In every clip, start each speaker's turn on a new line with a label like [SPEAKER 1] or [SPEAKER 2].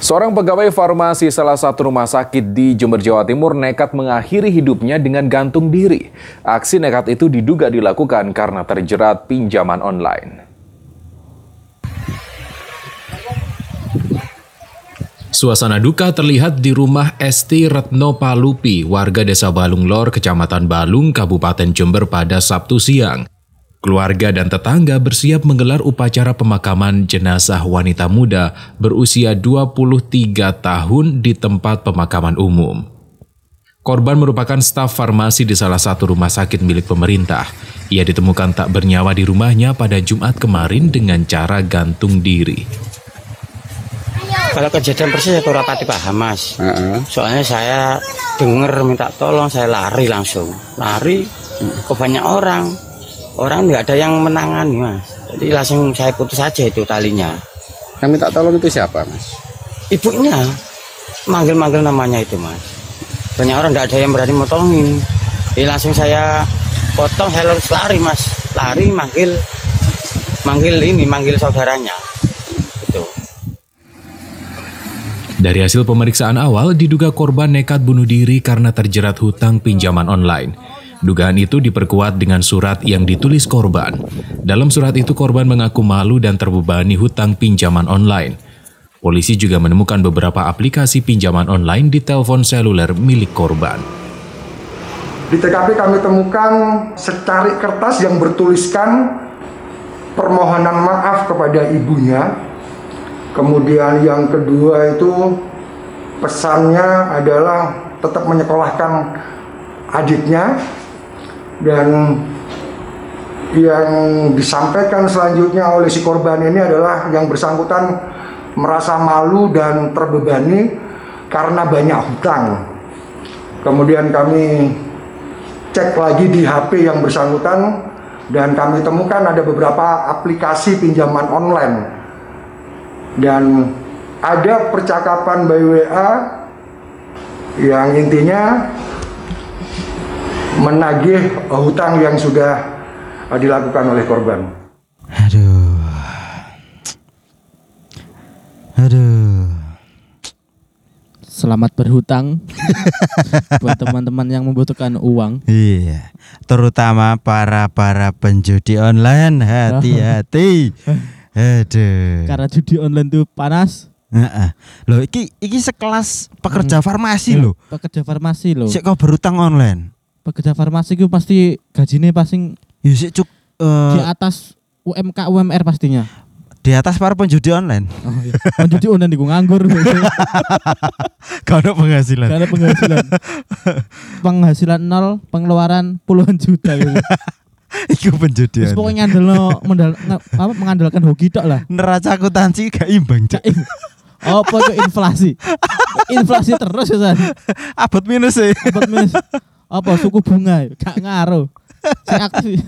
[SPEAKER 1] Seorang pegawai farmasi salah satu rumah sakit di Jember, Jawa Timur nekat mengakhiri hidupnya dengan gantung diri. Aksi nekat itu diduga dilakukan karena terjerat pinjaman online.
[SPEAKER 2] Suasana duka terlihat di rumah Esti Retno Palupi, warga desa Balung Lor, kecamatan Balung, Kabupaten Jember pada Sabtu siang. Keluarga dan tetangga bersiap menggelar upacara pemakaman jenazah wanita muda berusia 23 tahun di tempat pemakaman umum. Korban merupakan staf farmasi di salah satu rumah sakit milik pemerintah. Ia ditemukan tak bernyawa di rumahnya pada Jumat kemarin dengan cara gantung diri.
[SPEAKER 3] Kalau kejadian persis ya aku rapati paham mas. Soalnya saya dengar minta tolong, saya lari langsung. Lari ke banyak orang. Orang nggak ada yang menangani mas. Jadi langsung saya putus aja itu talinya.
[SPEAKER 4] Yang minta tolong itu siapa, Mas?
[SPEAKER 3] Ibunya manggil-manggil namanya itu mas. Banyak orang nggak ada yang berani mau tolongin. Jadi langsung saya potong, saya harus lari mas. Lari manggil, manggil ini, manggil saudaranya. Gitu.
[SPEAKER 2] Dari hasil pemeriksaan awal, diduga korban nekat bunuh diri karena terjerat hutang pinjaman online. Dugaan itu diperkuat dengan surat yang ditulis korban. Dalam surat itu, korban mengaku malu dan terbebani hutang pinjaman online. Polisi juga menemukan beberapa aplikasi pinjaman online di telepon seluler milik korban.
[SPEAKER 5] Di TKP kami temukan secari kertas yang bertuliskan permohonan maaf kepada ibunya. Kemudian yang kedua itu pesannya adalah tetap menyekolahkan adiknya dan yang disampaikan selanjutnya oleh si korban ini adalah yang bersangkutan merasa malu dan terbebani karena banyak hutang. Kemudian kami cek lagi di HP yang bersangkutan dan kami temukan ada beberapa aplikasi pinjaman online dan ada percakapan by WA yang intinya menagih hutang yang sudah eh, dilakukan oleh korban.
[SPEAKER 3] Aduh. Aduh.
[SPEAKER 6] Selamat berhutang buat teman-teman yang membutuhkan uang.
[SPEAKER 7] Iya, terutama para para penjudi online hati-hati. Aduh.
[SPEAKER 6] Karena judi online tuh panas.
[SPEAKER 7] Heeh. Loh, iki iki sekelas pekerja farmasi loh.
[SPEAKER 6] Pekerja farmasi loh.
[SPEAKER 7] Sik kau berutang online.
[SPEAKER 6] Pekerja farmasi itu pasti gajinya pasti
[SPEAKER 7] Ya sik cuk eh,
[SPEAKER 6] di atas UMK UMR pastinya.
[SPEAKER 7] di atas para penjudi online.
[SPEAKER 6] Oh, iya. Menjudi online itu nganggur.
[SPEAKER 7] Gak ada penghasilan.
[SPEAKER 6] Karena penghasilan penghasilan nol, pengeluaran puluhan juta gitu.
[SPEAKER 7] Iya, Iku penjudi online.
[SPEAKER 6] Terus pokoknya ngandel mendal, nge- apa, mengandalkan hoki tok lah.
[SPEAKER 7] Neraca akuntansi gak imbang, Cuk.
[SPEAKER 6] Oh, pokoknya inflasi. inflasi terus ya, San.
[SPEAKER 7] Abot minus e. sih.
[SPEAKER 6] Apa, Miss? Apa suku bunga? Gak ngaruh. Saya aksi.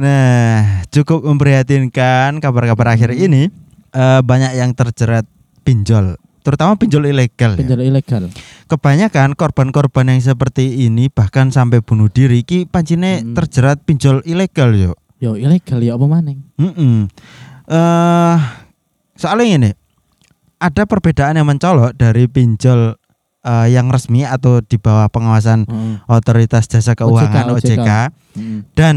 [SPEAKER 7] Nah, cukup memprihatinkan kabar-kabar akhir ini eh, banyak yang terjerat pinjol, terutama pinjol ilegal. ya.
[SPEAKER 6] Penjara ilegal.
[SPEAKER 7] Kebanyakan korban-korban yang seperti ini bahkan sampai bunuh diri ki pancine
[SPEAKER 6] Hmm.
[SPEAKER 7] terjerat pinjol ilegal yo.
[SPEAKER 6] Yo ilegal ya apa maning?
[SPEAKER 7] Heeh. Eh soalnya ini ada perbedaan yang mencolok dari pinjol eh, yang resmi atau di bawah pengawasan
[SPEAKER 6] Heeh.
[SPEAKER 7] otoritas jasa keuangan OJK,
[SPEAKER 6] OJK. Heeh.
[SPEAKER 7] dan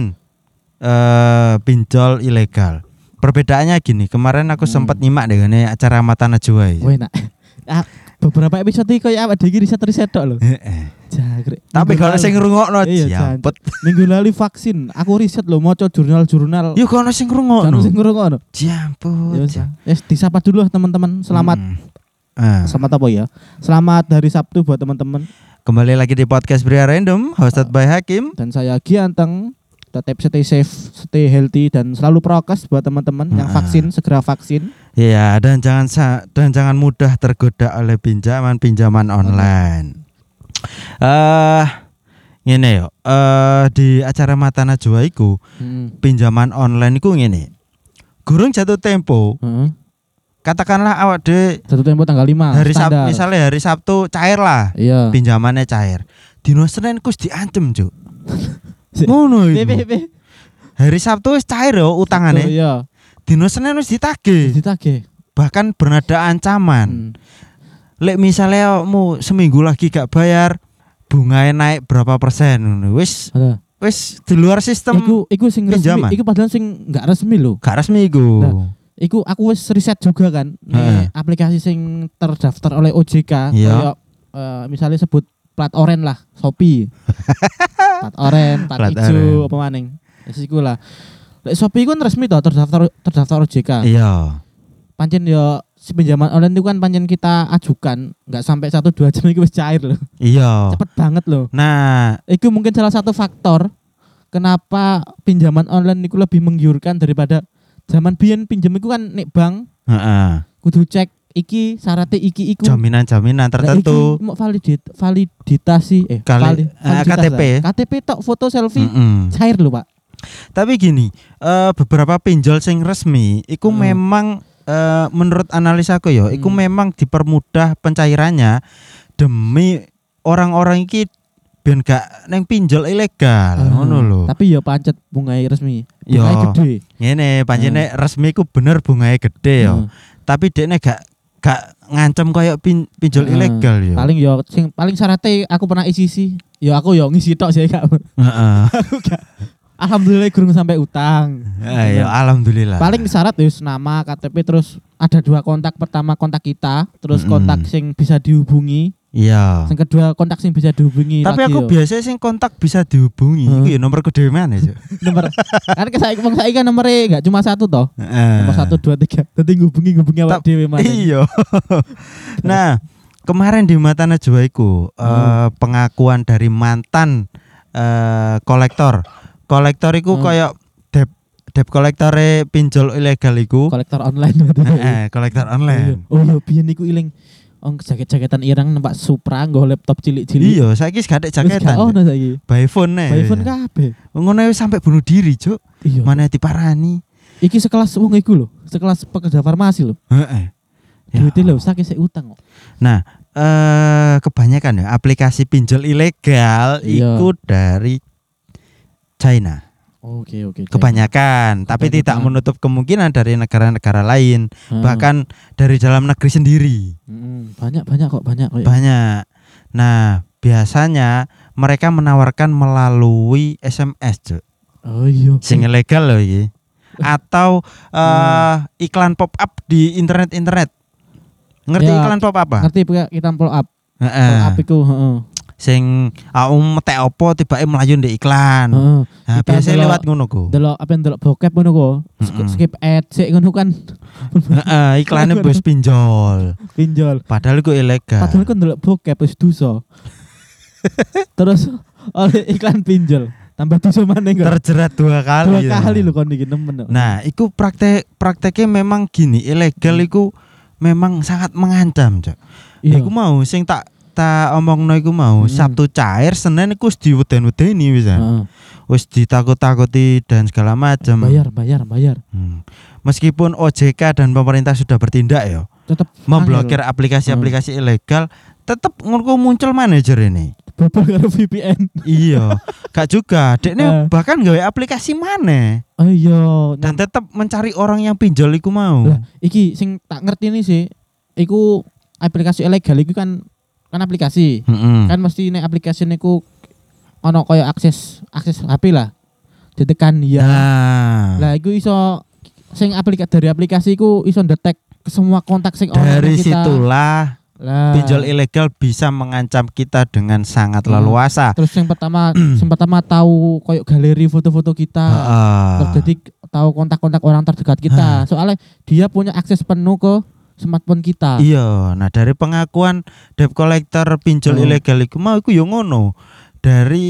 [SPEAKER 7] eh pinjol ilegal. Perbedaannya gini, kemarin aku
[SPEAKER 6] Hmm.
[SPEAKER 7] sempat nyimak deh ini acara Mata Najwa. ya.
[SPEAKER 6] Wah, enak. Ah, beberapa episode iki koyo awak dhewe iki riset-riset tok lho.
[SPEAKER 7] Heeh.
[SPEAKER 6] Jangkrik.
[SPEAKER 7] Tapi
[SPEAKER 6] Minggu
[SPEAKER 7] kalau
[SPEAKER 6] lalu-
[SPEAKER 7] sing ya ngrungokno
[SPEAKER 6] Iya,
[SPEAKER 7] jampet.
[SPEAKER 6] Minggu lalu vaksin, aku riset lho maca jurnal-jurnal.
[SPEAKER 7] Yuk kalau sing
[SPEAKER 6] Jangan sing
[SPEAKER 7] ngrungokno.
[SPEAKER 6] ngono.
[SPEAKER 7] Jampet.
[SPEAKER 6] Ya wis,
[SPEAKER 7] jam-
[SPEAKER 6] Yes, disapa dulu lah teman-teman. Selamat
[SPEAKER 7] Hmm. Ah.
[SPEAKER 6] selamat apa ya? Selamat hari Sabtu buat teman-teman
[SPEAKER 7] Kembali lagi di podcast Bria Random hosted by Hakim.
[SPEAKER 6] dan saya Gianteng. Tetap stay safe, stay healthy dan selalu prokes buat teman-teman yang
[SPEAKER 7] Ah.
[SPEAKER 6] vaksin segera vaksin.
[SPEAKER 7] Iya, dan jangan sa- dan jangan mudah tergoda oleh pinjaman-pinjaman online. Eh ngene yo. Eh di acara Mata Najwa iku
[SPEAKER 6] Hmm.
[SPEAKER 7] pinjaman online iku ngene. Gurung jatuh tempo,
[SPEAKER 6] Heeh.
[SPEAKER 7] katakanlah awak de
[SPEAKER 6] Satu tempo tanggal 5
[SPEAKER 7] hari Sabtu misalnya hari Sabtu cair lah,
[SPEAKER 6] Ah, Iya.
[SPEAKER 7] pinjamannya cair. Dino Senin kus diancem, Cuk.
[SPEAKER 6] Si-
[SPEAKER 7] Ngono
[SPEAKER 6] Pi- pi-
[SPEAKER 7] iku.
[SPEAKER 6] pi.
[SPEAKER 7] Hari Sabtu wis cair yo utangane.
[SPEAKER 6] Iya.
[SPEAKER 7] Dino Senin wis ditagih.
[SPEAKER 6] Ditagih.
[SPEAKER 7] bahkan bernada
[SPEAKER 6] Hmm.
[SPEAKER 7] ancaman. Lek misalnya mu seminggu lagi gak bayar, bunganya naik berapa persen? ngono. Wis
[SPEAKER 6] Ada.
[SPEAKER 7] wis di luar sistem
[SPEAKER 6] Iku iku sing
[SPEAKER 7] pinjaman.
[SPEAKER 6] resmi, iku padahal sing nggak resmi loh.
[SPEAKER 7] gak resmi iku.
[SPEAKER 6] Nah, Iku aku wis riset juga kan.
[SPEAKER 7] Heeh.
[SPEAKER 6] Nih, aplikasi sing terdaftar oleh
[SPEAKER 7] Iya.
[SPEAKER 6] OJK kayak, eh, misalnya sebut plat oren lah, Shopee. plat oren, plat,
[SPEAKER 7] Plat
[SPEAKER 6] hijau
[SPEAKER 7] oren.
[SPEAKER 6] apa maning. Wis iku lah. Lek Shopee kan resmi toh terdaftar terdaftar OJK.
[SPEAKER 7] Iya.
[SPEAKER 6] Pancen yo si pinjaman online itu kan pancen kita ajukan nggak sampai satu dua jam itu wis cair loh.
[SPEAKER 7] Iya.
[SPEAKER 6] Cepet banget loh.
[SPEAKER 7] Nah,
[SPEAKER 6] Itu mungkin salah satu faktor kenapa pinjaman online itu lebih menggiurkan daripada zaman biyen pinjam itu kan nek bank
[SPEAKER 7] heeh.
[SPEAKER 6] kudu cek iki syaratnya iki iku
[SPEAKER 7] jaminan-jaminan
[SPEAKER 6] Lah,
[SPEAKER 7] tertentu.
[SPEAKER 6] iki mau validit validitasi eh
[SPEAKER 7] Kali-
[SPEAKER 6] vali-
[SPEAKER 7] eh,
[SPEAKER 6] validitas
[SPEAKER 7] KTP.
[SPEAKER 6] lah. ya. KTP tok foto selfie
[SPEAKER 7] Mm-mm.
[SPEAKER 6] cair lho Pak
[SPEAKER 7] Tapi gini, eh beberapa pinjol sing resmi iku
[SPEAKER 6] Hmm.
[SPEAKER 7] memang eh menurut analisaku yo, iku
[SPEAKER 6] Hmm.
[SPEAKER 7] memang dipermudah pencairannya demi orang-orang iki ben gak neng pinjol ilegal ngono lho.
[SPEAKER 6] tapi ya pancet bungai resmi
[SPEAKER 7] Yo.
[SPEAKER 6] bungai gede
[SPEAKER 7] Ngene
[SPEAKER 6] Mm.
[SPEAKER 7] pancene resmi ku bener bungae gede yo.
[SPEAKER 6] Hmm.
[SPEAKER 7] Tapi dekne gak gak ngancem koyo pin, pinjol
[SPEAKER 6] Hmm.
[SPEAKER 7] ilegal ya. yo.
[SPEAKER 6] paling yo sing paling syaratnya aku pernah isi sih yo aku yo ngisi tok sih Kak.
[SPEAKER 7] Heeh.
[SPEAKER 6] alhamdulillah kurang sampai utang
[SPEAKER 7] Ya, ya, alhamdulillah.
[SPEAKER 6] paling syarat wis nama KTP terus ada dua kontak pertama kontak kita terus
[SPEAKER 7] Mm-mm.
[SPEAKER 6] kontak sing bisa dihubungi
[SPEAKER 7] iya.
[SPEAKER 6] yang kedua kontak sing bisa dihubungi
[SPEAKER 7] Tapi
[SPEAKER 6] lagi ya.
[SPEAKER 7] aku
[SPEAKER 6] yo.
[SPEAKER 7] biasanya sing kontak bisa dihubungi.
[SPEAKER 6] Hmm.
[SPEAKER 7] Iku ya nomorku dhewe mana, Cuk.
[SPEAKER 6] nomor kan saya wong saiki kan nomere enggak cuma satu toh nomor
[SPEAKER 7] Heeh.
[SPEAKER 6] satu dua tiga nanti ngubungi ngubungi awak
[SPEAKER 7] Tap-
[SPEAKER 6] dewi mana
[SPEAKER 7] Eh, Iya. nah, kemarin di Mata Najwa iku eh,
[SPEAKER 6] Hmm.
[SPEAKER 7] pengakuan dari mantan eh, kolektor. Kolektor iku
[SPEAKER 6] Hmm.
[SPEAKER 7] koyo dep dep kolektore pinjol ilegal iku.
[SPEAKER 6] kolektor online berarti.
[SPEAKER 7] Eh, kolektor online.
[SPEAKER 6] oh iya biyen niku iling ong jaket-jaketan irang nempak Supra nggo laptop cilik-cilik
[SPEAKER 7] Iya, saiki wis gak ada
[SPEAKER 6] Wis gak
[SPEAKER 7] jaketan.
[SPEAKER 6] ono
[SPEAKER 7] Eh.
[SPEAKER 6] saiki
[SPEAKER 7] By phone nih.
[SPEAKER 6] iPhone kabeh
[SPEAKER 7] Ngono wis sampai bunuh diri, Cuk.
[SPEAKER 6] iya
[SPEAKER 7] Mana diparani.
[SPEAKER 6] iki sekelas wong iku lho sekelas pekerja farmasi lho
[SPEAKER 7] Heeh. Ya
[SPEAKER 6] duite lho sak sik utang kok
[SPEAKER 7] Nah, eh kebanyakan ya aplikasi pinjol ilegal
[SPEAKER 6] Iya.
[SPEAKER 7] ikut dari China.
[SPEAKER 6] oke oke
[SPEAKER 7] Kebanyakan, tapi
[SPEAKER 6] Kebanyakan.
[SPEAKER 7] tidak menutup kemungkinan dari negara-negara lain,
[SPEAKER 6] Hmm.
[SPEAKER 7] bahkan dari dalam negeri sendiri.
[SPEAKER 6] Mm, banyak banyak kok banyak kok
[SPEAKER 7] Banyak. Nah, biasanya mereka menawarkan melalui SMS, Cuk.
[SPEAKER 6] oh iya
[SPEAKER 7] Sing ilegal loh iki. Atau eh
[SPEAKER 6] Hmm.
[SPEAKER 7] iklan pop-up di internet-internet. Ngerti
[SPEAKER 6] Ya,
[SPEAKER 7] iklan pop-up apa?
[SPEAKER 6] ngerti Pak, kita follow up
[SPEAKER 7] Heeh.
[SPEAKER 6] follow up iku heeh
[SPEAKER 7] sing aku metek opo tibake melayu ndek iklan.
[SPEAKER 6] heeh
[SPEAKER 7] Nah,
[SPEAKER 6] Kita
[SPEAKER 7] biasanya
[SPEAKER 6] ndelok-
[SPEAKER 7] lewat ngono ku.
[SPEAKER 6] delok apa delok bokep ngono kok
[SPEAKER 7] Mm-mm.
[SPEAKER 6] skip ad sik ngono kan
[SPEAKER 7] Heeh, iklannya wis pinjol.
[SPEAKER 6] pinjol
[SPEAKER 7] Padahal iku ilegal.
[SPEAKER 6] padahal kan delok bokep wis dosa terus oleh iklan pinjol tambah dosa maneh kok
[SPEAKER 7] Terjerat dua kali.
[SPEAKER 6] dua
[SPEAKER 7] ya.
[SPEAKER 6] kali lho kon iki nemen kok.
[SPEAKER 7] Nah, iku praktek prakteknya memang gini, ilegal iku memang sangat mengancam, Cok.
[SPEAKER 6] iya
[SPEAKER 7] Iku mau sing tak tak omongno iku mau
[SPEAKER 6] Mm.
[SPEAKER 7] Sabtu cair, Senin iku wis diweden-wedeni wis. ya.
[SPEAKER 6] Heeh.
[SPEAKER 7] Wis ditakut-takuti dan segala macam.
[SPEAKER 6] bayar bayar bayar
[SPEAKER 7] Hmm. Meskipun OJK dan pemerintah sudah bertindak ya.
[SPEAKER 6] tetep
[SPEAKER 7] memblokir
[SPEAKER 6] Hmm.
[SPEAKER 7] aplikasi-aplikasi ilegal tetap ngurku muncul manajer ini
[SPEAKER 6] angel. bobol karo VPN
[SPEAKER 7] iya gak juga
[SPEAKER 6] Eh.
[SPEAKER 7] dekne bahkan gawe aplikasi mana
[SPEAKER 6] oh iya
[SPEAKER 7] dan tetap mencari orang yang pinjol iku mau
[SPEAKER 6] Lah, iki sing tak ngerti nih sih iku aplikasi ilegal iku kan kan aplikasi
[SPEAKER 7] Mm-mm.
[SPEAKER 6] kan mesti nek aplikasi niku ono koyo akses akses HP lah ditekan ya
[SPEAKER 7] nah,
[SPEAKER 6] Lah iku iso sing aplikasi dari aplikasi iku iso ndetek semua kontak sing orang
[SPEAKER 7] dari
[SPEAKER 6] kita. Ah.
[SPEAKER 7] situlah
[SPEAKER 6] Lah,
[SPEAKER 7] pinjol ilegal bisa mengancam kita dengan sangat
[SPEAKER 6] Hmm.
[SPEAKER 7] leluasa
[SPEAKER 6] Terus yang pertama yang pertama tahu koyo galeri foto-foto kita.
[SPEAKER 7] Heeh.
[SPEAKER 6] Terus jadi tahu kontak-kontak orang terdekat kita. Soalnya dia punya akses penuh ke smartphone kita.
[SPEAKER 7] Iya, nah dari pengakuan debt collector pinjol
[SPEAKER 6] Hmm.
[SPEAKER 7] ilegal iku mau iku yo ngono. Dari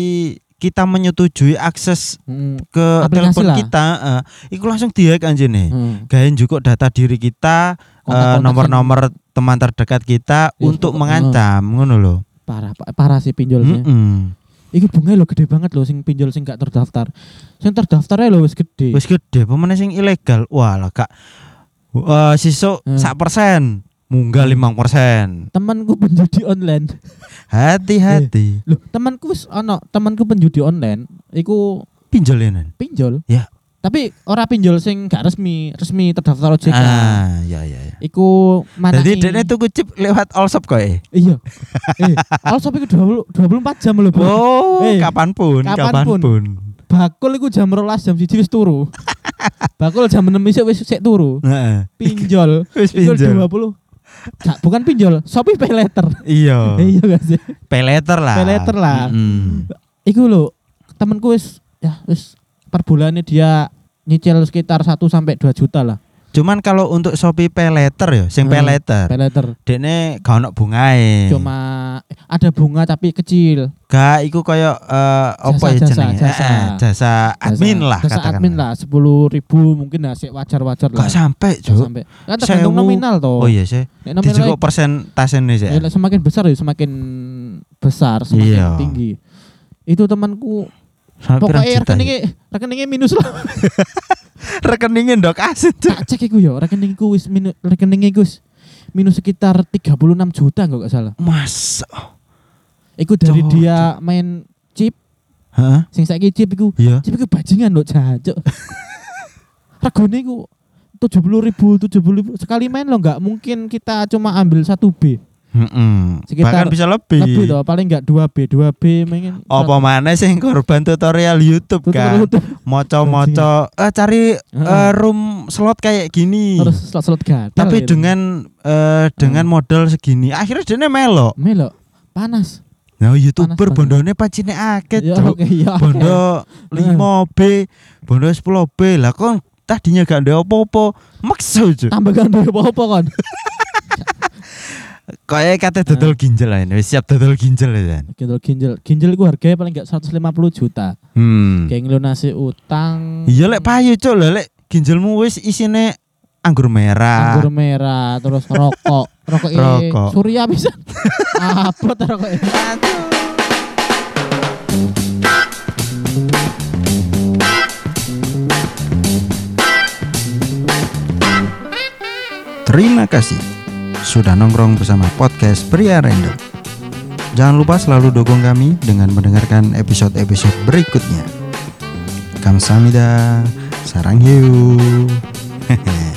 [SPEAKER 7] kita menyetujui akses
[SPEAKER 6] Heeh.
[SPEAKER 7] ke
[SPEAKER 6] Hmm. Aplikasi
[SPEAKER 7] telepon
[SPEAKER 6] lah.
[SPEAKER 7] kita, eh, iku langsung dihack anjene.
[SPEAKER 6] Heeh.
[SPEAKER 7] Gawe juga data diri kita, eh,
[SPEAKER 6] Kontak-kontak
[SPEAKER 7] nomor-nomor teman terdekat kita
[SPEAKER 6] Iya,
[SPEAKER 7] untuk
[SPEAKER 6] pokok-
[SPEAKER 7] mengancam ngono lho.
[SPEAKER 6] Parah pa- parah sih
[SPEAKER 7] Hmm.
[SPEAKER 6] pinjolnya.
[SPEAKER 7] Heeh.
[SPEAKER 6] Iku bunga lo gede banget lo sing pinjol sing gak terdaftar. Sing terdaftarnya lo wis gede.
[SPEAKER 7] Wis gede pemene sing ilegal. Wah, lah Kak. Eh sisuk
[SPEAKER 6] Hmm.
[SPEAKER 7] sak persen, munggah 5%.
[SPEAKER 6] Temanku penjudi online.
[SPEAKER 7] Hati-hati.
[SPEAKER 6] Iya. Loh, temanku wis ono, temanku penjudi online iku
[SPEAKER 7] Pinjol ya, ini.
[SPEAKER 6] pinjol.
[SPEAKER 7] Ya.
[SPEAKER 6] Tapi ora pinjol sing gak resmi, resmi terdaftar OJK.
[SPEAKER 7] Ah, ya ya ya.
[SPEAKER 6] Iku mana?
[SPEAKER 7] Jadi dene tuku chip lewat Allshop kok eh.
[SPEAKER 6] Iya. eh, Allshop iku 20 24 jam lho, Bro.
[SPEAKER 7] Oh,
[SPEAKER 6] Eh,
[SPEAKER 7] kapanpun,
[SPEAKER 6] kapanpun.
[SPEAKER 7] kapanpun.
[SPEAKER 6] Bakul iku jam 12 jam 1 wis turu. Bakul jam 6 isuk wis sik turu.
[SPEAKER 7] Heeh.
[SPEAKER 6] Pinjol.
[SPEAKER 7] Wis
[SPEAKER 6] Iku
[SPEAKER 7] pinjol.
[SPEAKER 6] 20. Gak, bukan pinjol, Shopee pay letter.
[SPEAKER 7] Iya.
[SPEAKER 6] Eh, iya gak sih?
[SPEAKER 7] Pay letter lah.
[SPEAKER 6] Pay letter lah.
[SPEAKER 7] Mm-mm.
[SPEAKER 6] Iku lho, temenku wis ya wis per bulannya dia nyicil sekitar 1 sampai 2 juta lah.
[SPEAKER 7] Cuman kalau untuk Shopee pay letter ya, sing pay
[SPEAKER 6] Hmm,
[SPEAKER 7] letter.
[SPEAKER 6] Pay letter.
[SPEAKER 7] Dene gak ono bungae.
[SPEAKER 6] Cuma eh, ada bunga tapi kecil.
[SPEAKER 7] gak iku koyo eh, apa ya
[SPEAKER 6] Jasa, jasa,
[SPEAKER 7] jenenge?
[SPEAKER 6] jasa.
[SPEAKER 7] Eh, eh, jasa admin
[SPEAKER 6] Jasa-
[SPEAKER 7] lah
[SPEAKER 6] jasa
[SPEAKER 7] katakan.
[SPEAKER 6] admin lah 10 ribu mungkin lah sik wajar-wajar lah.
[SPEAKER 7] Gak sampai,
[SPEAKER 6] Gak
[SPEAKER 7] Cuk.
[SPEAKER 6] sampai. Kan tergantung
[SPEAKER 7] Sewu.
[SPEAKER 6] nominal
[SPEAKER 7] Oh
[SPEAKER 6] toh.
[SPEAKER 7] iya sih.
[SPEAKER 6] Nek
[SPEAKER 7] Dijukuk
[SPEAKER 6] nominal
[SPEAKER 7] persentasenya sih.
[SPEAKER 6] ya, lek semakin besar ya semakin besar, semakin
[SPEAKER 7] Iya.
[SPEAKER 6] tinggi. Itu temanku
[SPEAKER 7] Sampai pirang
[SPEAKER 6] pokoknya
[SPEAKER 7] juta ya?
[SPEAKER 6] rekeningnya rekeningnya minus lah.
[SPEAKER 7] rekeningin dok asin Cuk.
[SPEAKER 6] tak cek iku ya, rekeningku wis minus rekeningnya iku wis minus sekitar 36 juta kalau gak salah.
[SPEAKER 7] Mas.
[SPEAKER 6] Iku dari
[SPEAKER 7] Cok,
[SPEAKER 6] dia main chip,
[SPEAKER 7] Hah?
[SPEAKER 6] sing saiki chip iku
[SPEAKER 7] Iya.
[SPEAKER 6] Tapi gue bajingan loh jahat. Cuk. Regane ku tujuh puluh ribu, tujuh ribu sekali main lo nggak mungkin kita cuma ambil satu b,
[SPEAKER 7] Mm-mm.
[SPEAKER 6] Sekitar
[SPEAKER 7] Bahkan bisa lebih.
[SPEAKER 6] lebih toh paling nggak dua b, dua b mungkin.
[SPEAKER 7] Apa mana sih korban tutorial YouTube kan? Moco-moco eh cari eh, room slot kayak gini.
[SPEAKER 6] harus slot slot gatel.
[SPEAKER 7] Tapi
[SPEAKER 6] gitu.
[SPEAKER 7] dengan eh, dengan
[SPEAKER 6] Hmm.
[SPEAKER 7] modal segini akhirnya dene melo.
[SPEAKER 6] melo panas.
[SPEAKER 7] Nah, YouTuber
[SPEAKER 6] Panas banget.
[SPEAKER 7] bondone pacine akeh,
[SPEAKER 6] Ya
[SPEAKER 7] Cuk.
[SPEAKER 6] oke, ya. oke.
[SPEAKER 7] Bondo 5B, bondo 10B. Lah kon tadinya gak ada apa-apa. Maksa, Cuk.
[SPEAKER 6] Tambah gandul apa apa kan?
[SPEAKER 7] Kayak kata dodol ginjal lah ini. Wis Siap dodol ginjal ya. Jan.
[SPEAKER 6] Ginjal Gitu, ginjal ginjal gue harganya paling nggak 150 juta.
[SPEAKER 7] Hmm.
[SPEAKER 6] Kayak ngelunasi utang.
[SPEAKER 7] Iya lek payu cuk lho, lek ginjalmu wis isine anggur merah.
[SPEAKER 6] Anggur merah, terus rokok, rokok ini
[SPEAKER 7] Rokok.
[SPEAKER 6] Surya bisa. Apa tuh rokok ini?
[SPEAKER 7] Terima kasih sudah nongkrong bersama podcast Pria Random. Jangan lupa selalu dukung kami dengan mendengarkan episode-episode berikutnya. Kamsahamnida, sarang hiu. Hehehe.